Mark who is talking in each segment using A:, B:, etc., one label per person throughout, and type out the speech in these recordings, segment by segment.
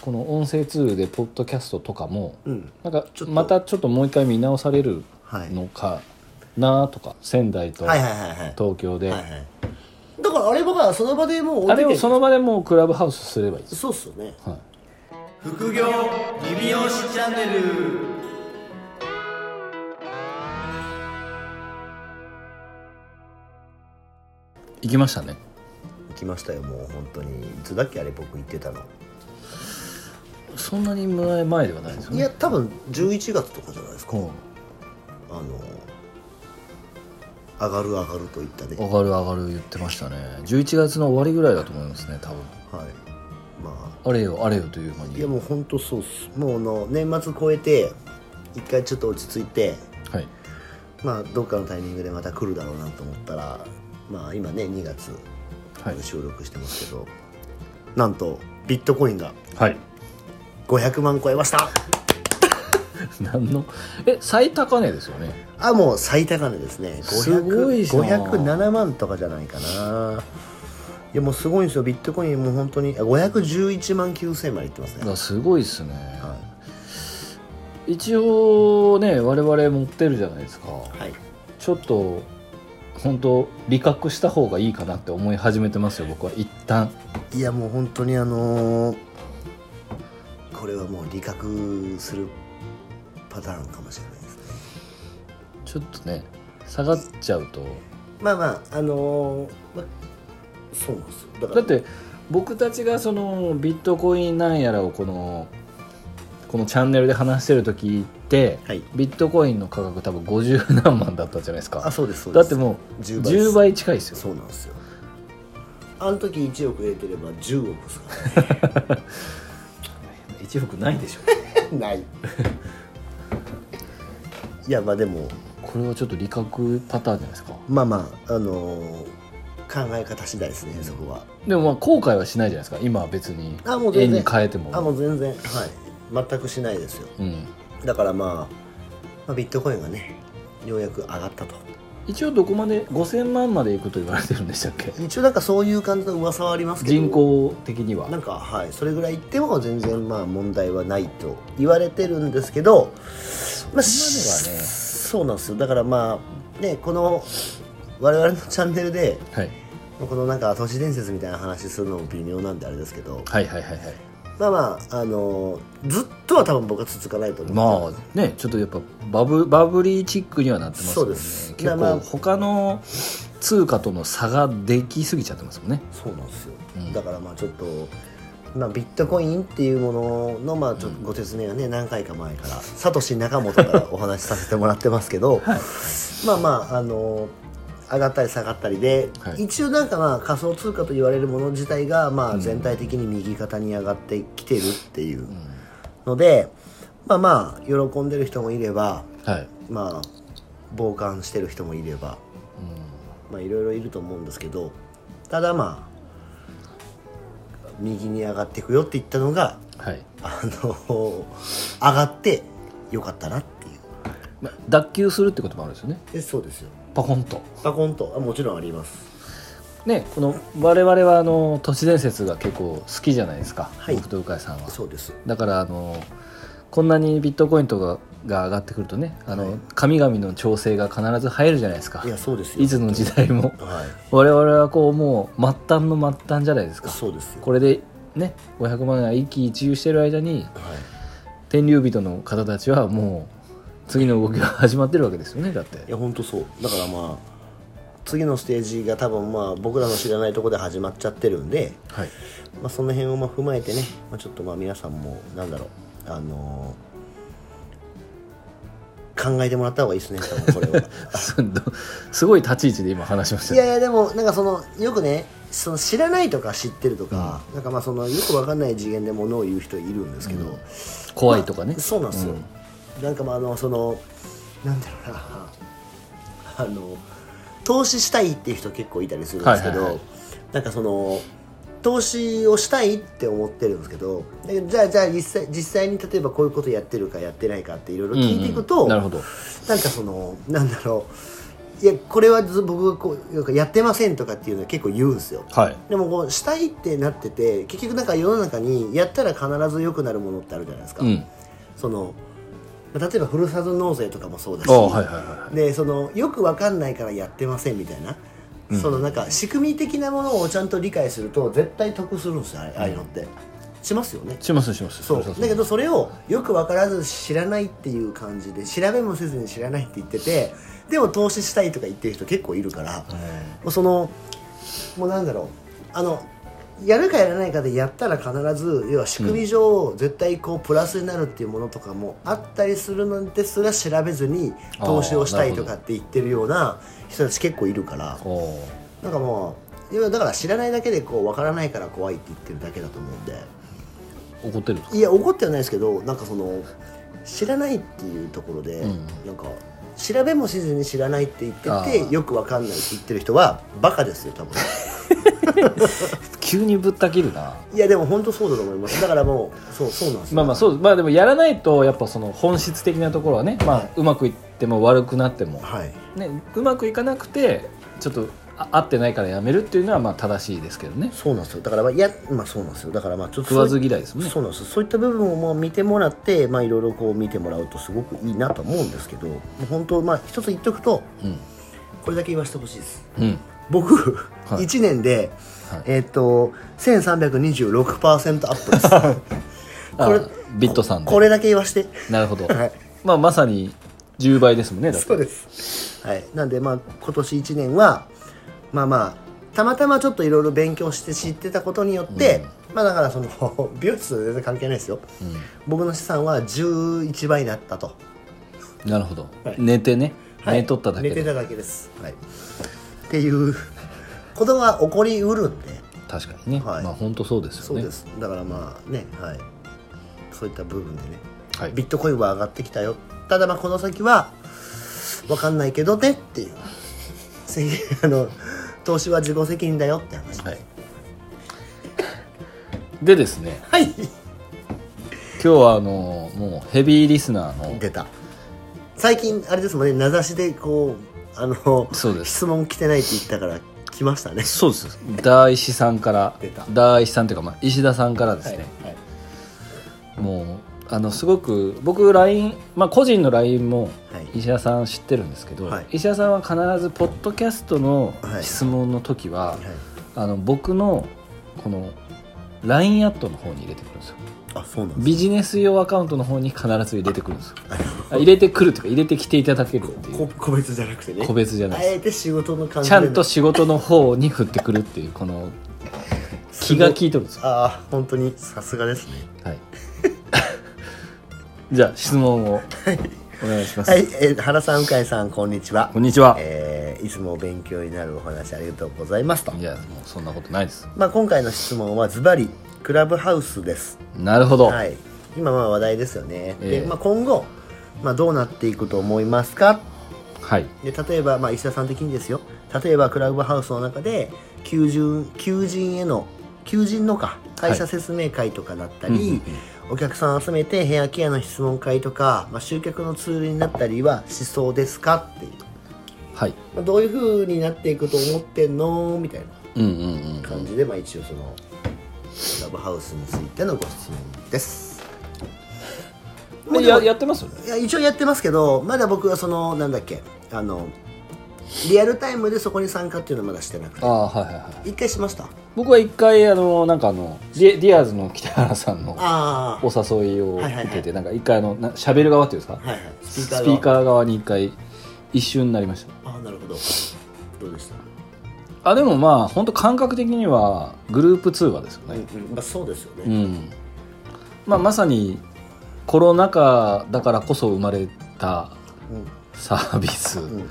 A: この音声ツールでポッドキャストとかも
B: うん
A: なんか
B: ちょっと
A: またちょっともう一回見直される
B: はい
A: のかなとか仙台と
B: はいはいはいはい
A: 東京で
B: はいはいだからあれ僕はその場でもう
A: あれをその場でもうクラブハウスすればいいです、
B: そうっすよね
A: はい、
B: 副業リビオシチャンネル
A: 行きましたね
B: 行きましたよもう本当にいつだっけあれ僕行ってたの
A: そんなに前前ではないですよ
B: い
A: ね
B: や多分11月とかじゃないですか
A: うん
B: あの上がる上がるといったね
A: 上がる上がる言ってましたね11月の終わりぐらいだと思いますね多分
B: はいま
A: あれよあれよという間
B: あ
A: に
B: いやもう本当そうっすもうあの年末超えて一回ちょっと落ち着いて
A: はい
B: まあどっかのタイミングでまた来るだろうなと思ったらまあ今ね2月
A: はい
B: 収録してますけど、なんとビットコインが
A: はい
B: 500万超えました
A: 何のえ最高値ですよね
B: あもう最高値ですね500
A: すごいじゃん
B: 507万とかじゃないかないやもうすごいんですよビットコインもう本当にあ511万9000までいってますね、
A: あすごいですね、
B: は
A: 一応ね我々持ってるじゃないですか
B: い、はい、
A: ちょっと本当利確した方がいいかなって思い始めてますよ僕は一旦
B: いやもう本当にあのーこれはもう利確するパターンかもしれないですね
A: ちょっとね下がっちゃうと
B: まあまああのーまそうなんですよだ
A: だ
B: から
A: って僕たちがそのビットコインなんやらをこのこのチャンネルで話してる時って
B: はい
A: ビットコインの価格多分50何万だったじゃないです
B: あ
A: か
B: そうですそう
A: だ
B: で
A: っ
B: す
A: てもう
B: 10倍です
A: 10倍近いですよ
B: そうなんですよあの時1億入れてれば10億ですからね
A: 1億ないでしょ
B: ないいやまあでも
A: これはちょっと利確パターンじゃないですか
B: まあまああのー考え方次第ですねそこは
A: でもまあ後悔はしないじゃないですか今は別に
B: あもう
A: 円
B: 全
A: に
B: 然
A: 変えても
B: あもう全然はい全くしないですよ
A: うん、
B: だからまあ、まあビットコインがねようやく上がったと
A: 一応どこまで5000万までいくと言われてるんでしたっけ
B: 一応なんかそういう感じの噂はありますけど
A: 人口的には
B: なんかはいそれぐらい言っても全然まあ問題はないと言われてるんですけどまあ
A: そこまではね
B: そうなんですよだからまあねこの我々のチャンネルで
A: はい、
B: このなんか都市伝説みたいな話するのも微妙なんであれですけど
A: はいはいはいはい
B: まあまああのずっとは多分僕は続かないと思う
A: ま
B: あ
A: あねちょっとやっぱバブバブリーチックにはなってますもんね
B: そうです
A: 結
B: まあ
A: 構他の通貨との差ができすぎちゃってますもんね
B: そうなんですよ、
A: うん
B: だからまあちょっとまあ、ビットコインっていうものの、まあ、ちょっとご説明はね、何回か前からサトシ仲本からお話しさせてもらってます けど、まあまああの上がったり下がったりで、
A: はい
B: 一応なんかまあ仮想通貨と言われるもの自体がま
A: う
B: あ
A: ん
B: 全体的に右肩に上がってきてるっていう
A: うん
B: ので、まあまあ喜んでる人もいれば
A: はい、
B: まあ傍観してる人もいればまあいろいろいると思うんですけどただまあ右に上がっていくよって言ったのが
A: うん、はい
B: あの上がってよかったなっていう
A: まあ脱臼するってこともあるんですよね
B: えそうですよ
A: パコンと
B: パコンとあもちろんあります
A: ねこの我々はあの都市伝説が結構好きじゃないですか、
B: はい
A: 僕と鵜飼さんは
B: そうです
A: だからあのこんなにビットコインとかが上がってくるとねあの、
B: はい
A: 神々の調整が必ず入るじゃないですか
B: いやそうですよ
A: いつの時代も
B: はい
A: 我々はこうもう末端の末端じゃないですか
B: そうですよ
A: これでね500万円が一喜一憂してる間に
B: はい
A: 天竜人の方たちはもう次の動きが始まってるわけですよねだって
B: いや本当そうだからまあ次のステージが多分まあ僕らの知らないところで始まっちゃってるんで、
A: はい
B: まあ、その辺をまあ踏まえてね、まあ、ちょっとまあ皆さんもなんだろうあのー考えてもらった方がいいですね多分これ は
A: すどすごい立ち位置で今話しました
B: い
A: ね
B: やいやでもなんかそのよくねその知らないとか知ってるとか、なんかまあそのよくわかんない次元でものを言う人いるんですけど、
A: 怖いとかね、
B: そうなんですよ、なんかまああのそのなんだろうな あの投資したいっていう人結構いたりするんですけど、
A: はいはいはい
B: なんかその投資をしたいって思ってるんですけどだけどじゃあじゃあ実際実際に例えばこういうことやってるかやってないかっていろいろ聞いていくと、
A: うんうんなるほど
B: なんかそのなんだろういやこれはず僕がこうなんかやってませんとかっていうのは結構言うんですよ
A: はい
B: でもこうしたいってなってて結局なんか世の中にやったら必ず良くなるものってあるじゃないですか、
A: うん
B: その例えばふるさと納税とかもそうだし、
A: ああはいはいは
B: でそのよくわかんないからやってませんみたいな、
A: うん
B: そのなんか仕組み的なものをちゃんと理解すると絶対得するんですよあれああいうのって、しますよね
A: いしますします
B: そう
A: そう
B: だけどそれをよく分からず知らないっていう感じで調べもせずに知らないって言っててでも投資したいとか言ってる人結構いるから
A: うん
B: もうそのもうなんだろうあのやるかやらないかでやったら必ず要は仕組み上絶対こうプラスになるっていうものとかもあったりするのですが調べずに投資をしたいとかって言ってるような人たち結構いるから
A: おお
B: なんかもう要はだから知らないだけでこう分からないから怖いって言ってるだけだと思うんで。
A: 怒ってるとか
B: いや怒ってはないですけどなんかその知らないっていうところで、
A: うん
B: なんか調べもせずに知らないって言
A: あ
B: って
A: ー
B: てよくわかんないって言ってる人はバカですよ多分
A: 急にぶった切るない
B: やでも本当そうだと思いますだからもうそうそうなんですよ
A: まあまあそうまあでもやらないとやっぱその本質的なところはね、まあ、うまくいっても悪くなっても、
B: はい
A: ね、うまくいかなくてちょっとあ合ってないからやめるっていうのはまあ正しいですけどね
B: そうなんですよだからまあいやまあそうなんですよだからまあちょっと
A: 食わず
B: そうい
A: 嫌いですもんね
B: そうなんですよそういった部分をもう見てもらってまあいろいろこう見てもらうとすごくいいなと思うんですけどもう本当まあ一つ言っとくと
A: うん
B: これだけ言わせてほしいです
A: うん
B: 僕、
A: はい
B: 1年で、
A: はい
B: えっ、と1326%アップです
A: あ
B: これ
A: ビットさんで
B: これだけ言わして
A: なるほど、
B: はい
A: まあまさに10倍ですもんねだって
B: そうです、はい、なんでまあ今年1年はまあまあたまたまちょっといろいろ勉強して知ってたことによって、まあだからその 美容室と全然関係ないですよ僕の資産は11倍になったと、
A: うん、なるほど、
B: はい
A: 寝てね、
B: はい
A: 寝とっただけ
B: 寝て
A: で
B: ただけです、はい、っていうことが起こりうるんで
A: 確かにね、
B: はい
A: まあ本当そうです
B: そ
A: よ
B: う
A: ね
B: です、だからまあねはいそういった部分でね
A: はい、
B: ビットコインは上がってきたよただまあこの先は分かんないけどねっていう せあの投資は自己責任だよって話
A: はい、でですね
B: はい
A: 今日はあのもうヘビーリスナーの
B: 出た最近あれですもんね名指しでこうあの
A: そうです
B: 質問来てないって言ったから来ましたね
A: そうです大石さんから
B: 出た
A: 大石さんというか、まあ、石田さんからです
B: はい
A: ね、もうあのすごく僕 LINE、まあ、個人の LINE も
B: はい
A: 石田さん知ってるんですけど、
B: はい
A: 石田さんは必ずポッドキャストの
B: はい
A: 質問の時は、
B: はい
A: あの僕のこの LINE アットの方に入れてくるんですよ
B: あそうなんです
A: ビジネス用アカウントの方に必ず入れてくるんですよあ入れてくるというか入れてきていただけるっていう
B: こ個別じゃなくてね
A: 個別じゃない
B: あ
A: です
B: えて仕事の感じ
A: ちゃんと仕事の方に振ってくるっていうこの気が利いとるんですよ
B: ああ本当にさすがですね
A: はい。 じゃあ質問をお願いします。
B: はい、えー原さん、鵜飼さん、こんにちは
A: こ。んにちは。
B: えーいつも勉強になるお話ありがとうございますと
A: い。やもうそんなことないです。
B: まあ、今回の質問はズバリクラブハウスです。
A: なるほど。
B: はい、今まあ話題ですよね。
A: ええ
B: で、まあ、今後、まあ、どうなっていくと思いますか
A: はい。
B: で例えば、まあ、石田さん的にですよ例えばクラブハウスの中で求人求人への求人のか会社説明会とかだったり、
A: うんうんうん
B: お客さん集めてヘアケアの質問会とか、まあ、集客のツールになったりはしそうですかっていう、
A: はい。
B: まあ、どういうふうになっていくと思ってんのみたいな
A: うんうんうん。
B: 感じで、まあ、一応そのクラブハウスについてのご質問です
A: もうややってますよね。
B: いや一応やってますけどまだ僕はそのなんだっけあのリアルタイムでそこに参加っていうのはまだしてな
A: あ
B: くて
A: あはいはいはい。
B: 一回しました
A: 僕は一回あのなんかあのディディアーズの北原さんの
B: ああ
A: お誘いを受けて、
B: はいはいはい
A: なんか一回あのな喋る側っていうんですか、
B: はいはい
A: ス
B: ス
A: ピ
B: ピーカ
A: ー
B: ー
A: カー側に一回一瞬になりました。
B: ああなるほどどうでした、
A: あでもまあ本当感覚的にはグループ通話ですよね。
B: うんうんまあ、そうですよ
A: う
B: ね、
A: んまあ、まさにコロナ禍だからこそ生まれた
B: うん
A: サービス
B: うん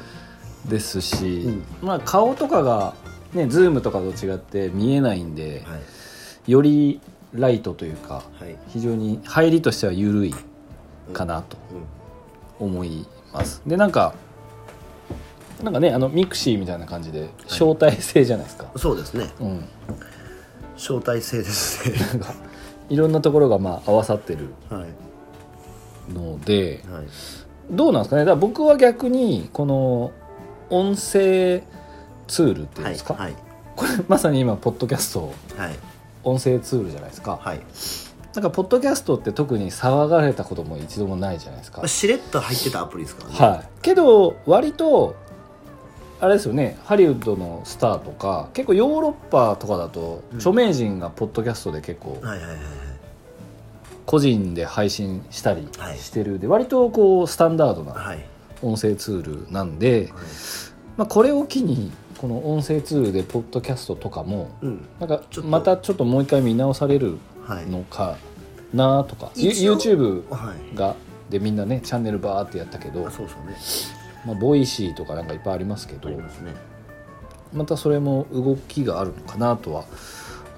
A: ですし、
B: うん
A: まあ、顔とかが、ね、ズームとかと違って見えないんで、
B: はい
A: よりライトというか
B: はい
A: 非常に入りとしては緩いかなと
B: うん
A: 思います。でなんかなんかねあのミクシーみたいな感じで招待制じゃないですか。
B: そうですね
A: うん、
B: 招待制ですね
A: な んかいろんなところがまあ合わさってる
B: はい
A: ので、
B: はい
A: どうなんですかねだから僕は逆にこの音声ツールっていうん
B: はい
A: ですか、
B: はい
A: これまさに今ポッドキャスト
B: はい
A: 音声ツールじゃないですか、
B: はい
A: なんかポッドキャストって特に騒がれたことも一度もないじゃないですか
B: まあしれっと入ってたアプリですからね
A: はい、けど割とあれですよねハリウッドのスターとか結構ヨーロッパとかだと
B: うん
A: 著名人がポッドキャストで結構
B: はいはいはいはい
A: 個人で配信したり
B: はい
A: してるで割とこうスタンダードな
B: はい
A: 音声ツールなんで、
B: はい
A: まあ、これを機にこの音声ツールでポッドキャストとかも
B: うん
A: なんか
B: ちょっと
A: またちょっともう一回見直される
B: はい
A: のかなとか、ゆ
B: 一応
A: YouTube
B: はい
A: がでみんなねチャンネルバーってやったけど
B: あ、そうそうね
A: まあ、ボイシーとかなんかいっぱいありますけ
B: あ
A: ど
B: りますね
A: またそれも動きがあるのかなとは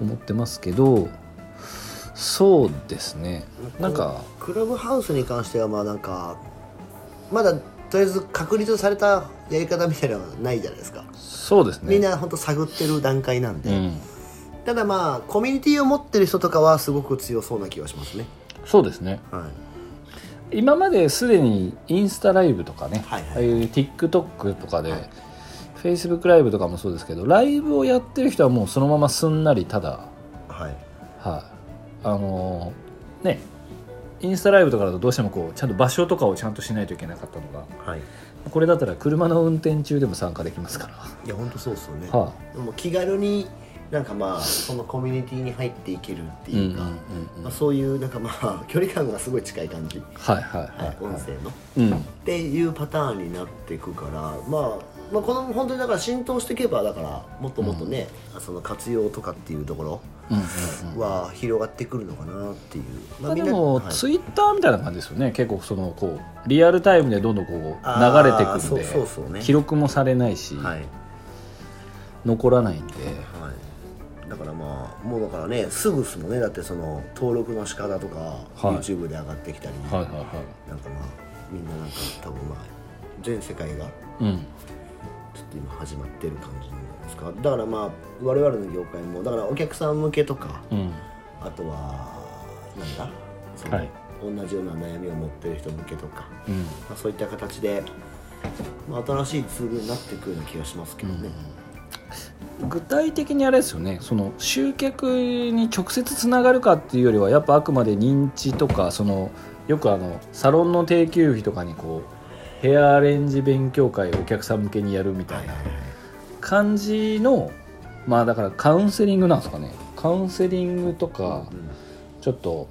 A: 思ってますけどそうですねなんか
B: クラブハウスに関してはまあなんかまだとりあえず確立されたやり方みたいなのはないじゃないですか、
A: そうですね
B: みんな本当探ってる段階なんで、
A: うん、
B: ただまあコミュニティを持ってる人とかはすごく強そうな気がしますね、
A: そうですね
B: は
A: 今まですでにインスタライブとかね、
B: はいはい
A: ああいう TikTok とかで、
B: はい
A: Facebook ライブとかもそうですけどライブをやってる人はもうそのまますんなりただ
B: いはい
A: はい、あのーねインスタライブとかだとどうしてもこうちゃんと場所とかをちゃんとしないといけなかったのが
B: はい
A: これだったら車の運転中でも参加できますか
B: いや本当そうですよね、
A: ら、は
B: でも気軽になんかまあそのコミュニティに入っていけるって
A: い、うんうん
B: いうか、
A: うんうん
B: まあ、
A: はい
B: そういうなんかまあ距離感がすごい近い感じ、は
A: はいはい
B: い、音
A: は
B: 声の、
A: い、うん、
B: っていうパターンになっていくから、まあ、まあこの本当にだから浸透していけばだからもっともっとね、その活用とかっていうところ
A: うんうんうん
B: は広がってくるのかなっていう、ま
A: まあ、でも、
B: はい
A: ツイッターみたいな感じですよね結構そのこうリアルタイムでどんどんこう流
B: あー
A: れてくん
B: そう
A: で
B: そうそうね
A: 記録もされないし、
B: はい、はい
A: 残らないんで
B: だからまあもうだからねすぐですもんねだってその登録の仕方とか、YouTube で上がってきたり、
A: はいはいは
B: なんかまあみんななんか多分まあ全世界が
A: いうん
B: ちょっと今始まってる感じなんですかだからまあ我々の業界もだからお客さん向けとか
A: うん
B: あとはなんだその、
A: はい
B: 同じような悩みを持ってる人向けとか、
A: うん
B: まあ、そういった形で、まあ、新しいツールになっていくような気がしますけどね、
A: 具体的にあれですよねその集客に直接つながるかっていうよりはやっぱあくまで認知とかそのよくあのサロンの定休日とかにこうヘアアレンジ勉強会をお客さん向けにやるみたいな感じのまあだからカウンセリングなんですかねカウンセリングとか
B: うん
A: ちょっと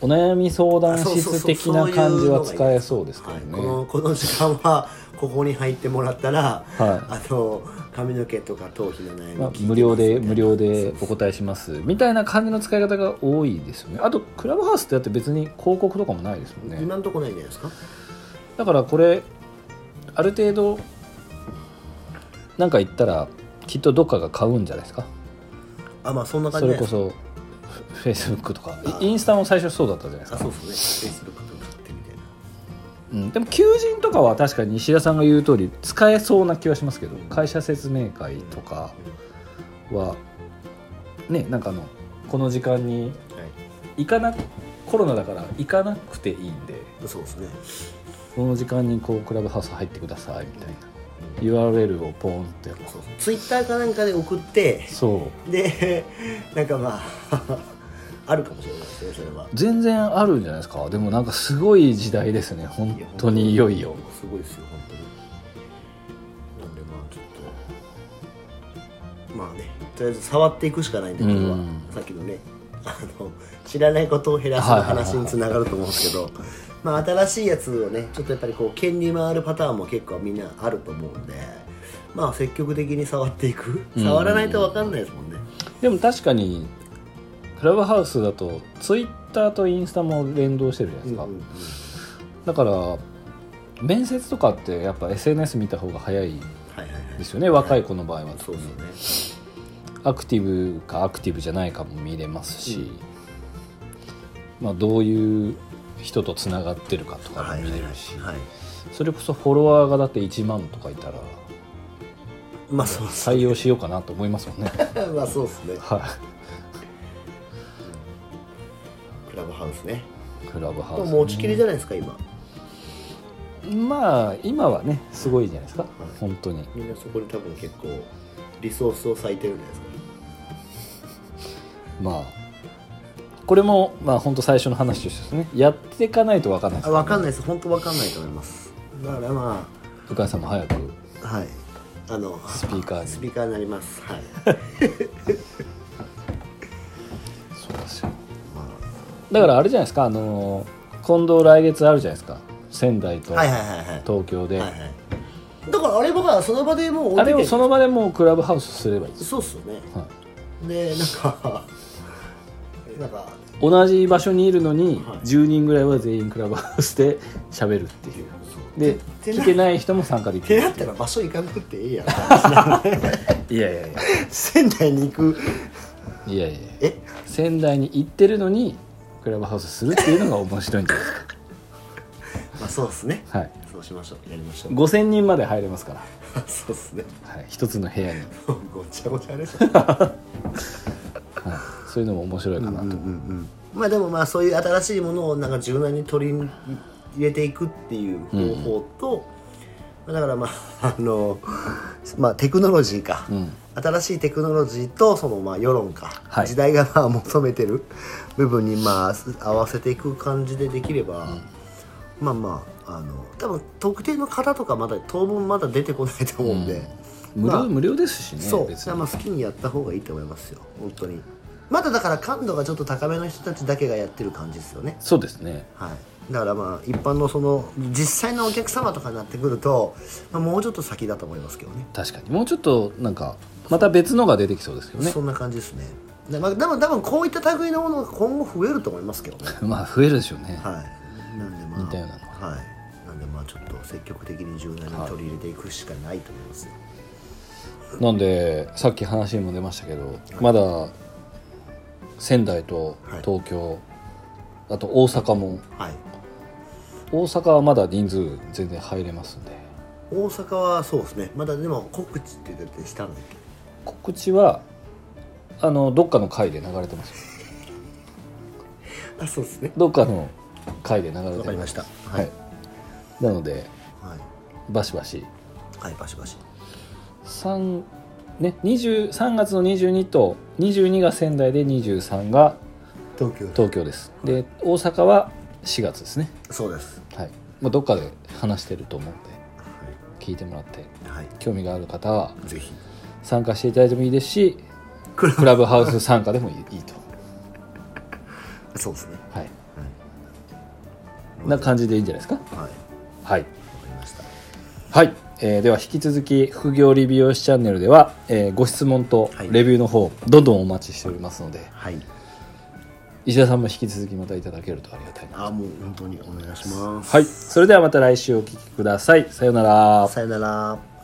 A: お悩み相談室的な感じは使えそうですけど
B: はい、こ
A: ね
B: のこの時間はここに入ってもらったら
A: はい。
B: あの髪の毛とか頭皮の悩み聞いて
A: まあ
B: ま、す
A: 無料で無料
B: そ
A: で
B: う
A: お
B: そう
A: 答えしますみたいな感じの使い方が多いですよねあとクラブハウスってだって別に広告とかもないですもんね
B: 今のとこないんじゃないですか
A: だからこれある程度なんか言ったらきっとどっかが買うんじゃないですか
B: あまあそんな感
A: そ
B: じじ
A: れ
B: ゃない
A: こ
B: ですか
A: そフェイスブックとか
B: あ
A: イインスタも最初そうだったじゃないです
B: あ
A: か
B: そうですね Facebook とかってみたいな
A: うん、でも求人とかは確かに石田さんが言う通り使えそうな気はしますけど会社説明会とかはねなんかあのこの時間に
B: はい
A: 行かなコロナだから行かなくていいんで
B: そうですね
A: この時間にこうクラブハウス入ってくださいみたいな
B: うん
A: URL をポンって
B: そうツイッターかなんかで送って
A: そう
B: でなんかまあ あるかもしれないですねそれは
A: 全然あるんじゃないですかでもなんかすごい時代ですね本当にいよいよ
B: すごいですよ本当になんでまあちょっとまあねとりあえず触っていくしかないんでこれは、
A: うん
B: さっきのねあの知らないことを減らすの話につながると思うんです けど、まあ新しいやつをねちょっとやっぱりこう権利回るパターンも結構みんなあると思うんでまあ積極的に触っていく
A: うん
B: 触らないと分かんないですもんね、
A: でも確かにクラブハウスだとツイッターとインスタも連動してるじゃないですか、
B: うんうんうん
A: だから面接とかってやっぱ SNS 見た方が早い
B: はいはいはい
A: ですよね若い子の場合は
B: そ
A: 特
B: うで
A: に
B: すよね
A: アクティブかアクティブじゃないかも見れますし、まあ、どういう人とつながってるかとかも見れるし、
B: はいはいはい、
A: それこそフォロワーがだって1万とかいたら
B: まあそうっす
A: 採用しようかなと思いますもんね。
B: まあそうですね
A: は
B: クラブハウスね
A: い、クラブハウス、
B: もう持ちきりじゃないですか今
A: まあ今はねすごいじゃないですか本当に
B: みんなそこに多分結構リソースを割いてるんじゃないですか
A: まあこれもまあ本当最初の話としてですねやっていかないと分かんないです
B: あ
A: らね
B: 分かんないです本当分かんないと思いますだからま
A: 鵜飼さんも早く
B: あはいあの
A: スピーカーに
B: スピーカーになりますはい
A: そうですよ
B: ま
A: だからあれじゃないですかあのー今度来月あるじゃないですか仙台と
B: あ はいはいはいはい
A: 東京で、
B: はいはいだからあれはその場でもう置い
A: あ
B: て
A: れ
B: け
A: をその場でもうクラブハウスすればいいです、
B: そうっすよね
A: はい、
B: でなんか なんか
A: 同じ場所にいるのに、
B: はい
A: 10人ぐらいは全員クラブハウスで喋るっていうで
B: てな
A: 来てない人も参加でき
B: 手
A: る
B: だったら場所行かなくていいやん
A: いやいやいや
B: 仙台に行く
A: いやいや
B: え
A: 仙台に行ってるのにクラブハウスするっていうのが面白いんじゃないです
B: まあそうっすね
A: か、はい、
B: そうしましょうやりましょう
A: 5000人まで入れますから、
B: そうっすね
A: はい、一つの部屋に、
B: ごちゃごちゃでしょ
A: はい、そういうのも面白いかなと、
B: まあでもまあそういう新しいものをなんか柔軟に取り入れていくっていう方法と、まあだからまあ あのまあテクノロジーか、
A: うん
B: 新しいテクノロジーとそのまあ世論か、
A: はい
B: 時代がまあ求めてる部分にまあ合わせていく感じでできれば、まあまああの多分特定の方とかまだ当分まだ出てこないと思うんで。
A: 無料、
B: まあ
A: 無料ですしね
B: そう
A: 別
B: まあ
A: に
B: まあ好きにやった方がいいと思いますよ本当にまだだから感度がちょっと高めの人たちだけがやってる感じですよね
A: そうですね
B: はいだからまあ一般のその実際のお客様とかになってくると、まあ、もうちょっと先だと思いますけどね
A: 確かにもうちょっとなんかまた別のが出てきそうですよね
B: そんな感じですねで、まあ、でも多分こういった類のものが今後増えると思いますけどね
A: まあ増えるでしょうね、
B: はいなんでまあ
A: 似たようなの
B: はいなんでまあちょっと積極的に柔軟に取り入れていくしかないと思います、
A: なんでさっき話にも出ましたけど、まだ仙台と東京、あと大阪も
B: はい、
A: 大阪はまだ人数全然入れますんで
B: 大阪はそうですねまだでも告知って出てしたんだっけ
A: 告知はあのどっかの回で流れてますよ
B: あそうですね
A: どっかの回で流れてます
B: わかりました
A: はい、なので
B: はい
A: バシバシ
B: はい、バシバシ。
A: 3ね20 3月の22と22が仙台で23が
B: 東京
A: 東京ですで大阪は4月ですね
B: そうです。
A: はい、まあ、どっかで話してると思うんで
B: は
A: 聞いてもらって
B: い。はい。
A: 興味がある方は
B: ぜひ。
A: 参加していただいてもいいですし
B: クラ
A: クラブハウス参加でもいいいいと、
B: ブ。そうですね。
A: はい、
B: はい。
A: な
B: はい。わか
A: 感じでいいんじゃないですかはい、
B: りました。
A: はいえーでは引き続き副業理美容師チャンネルでは、えーご質問と
B: はい
A: レビューの方、どんどんお待ちしておりますので
B: はい。
A: 石田さんも引き続きまたいただけるとありがたいな
B: あ、もう本当にお願いします。
A: はい。それではまた来週お聞きくださいさようなら
B: さよなら。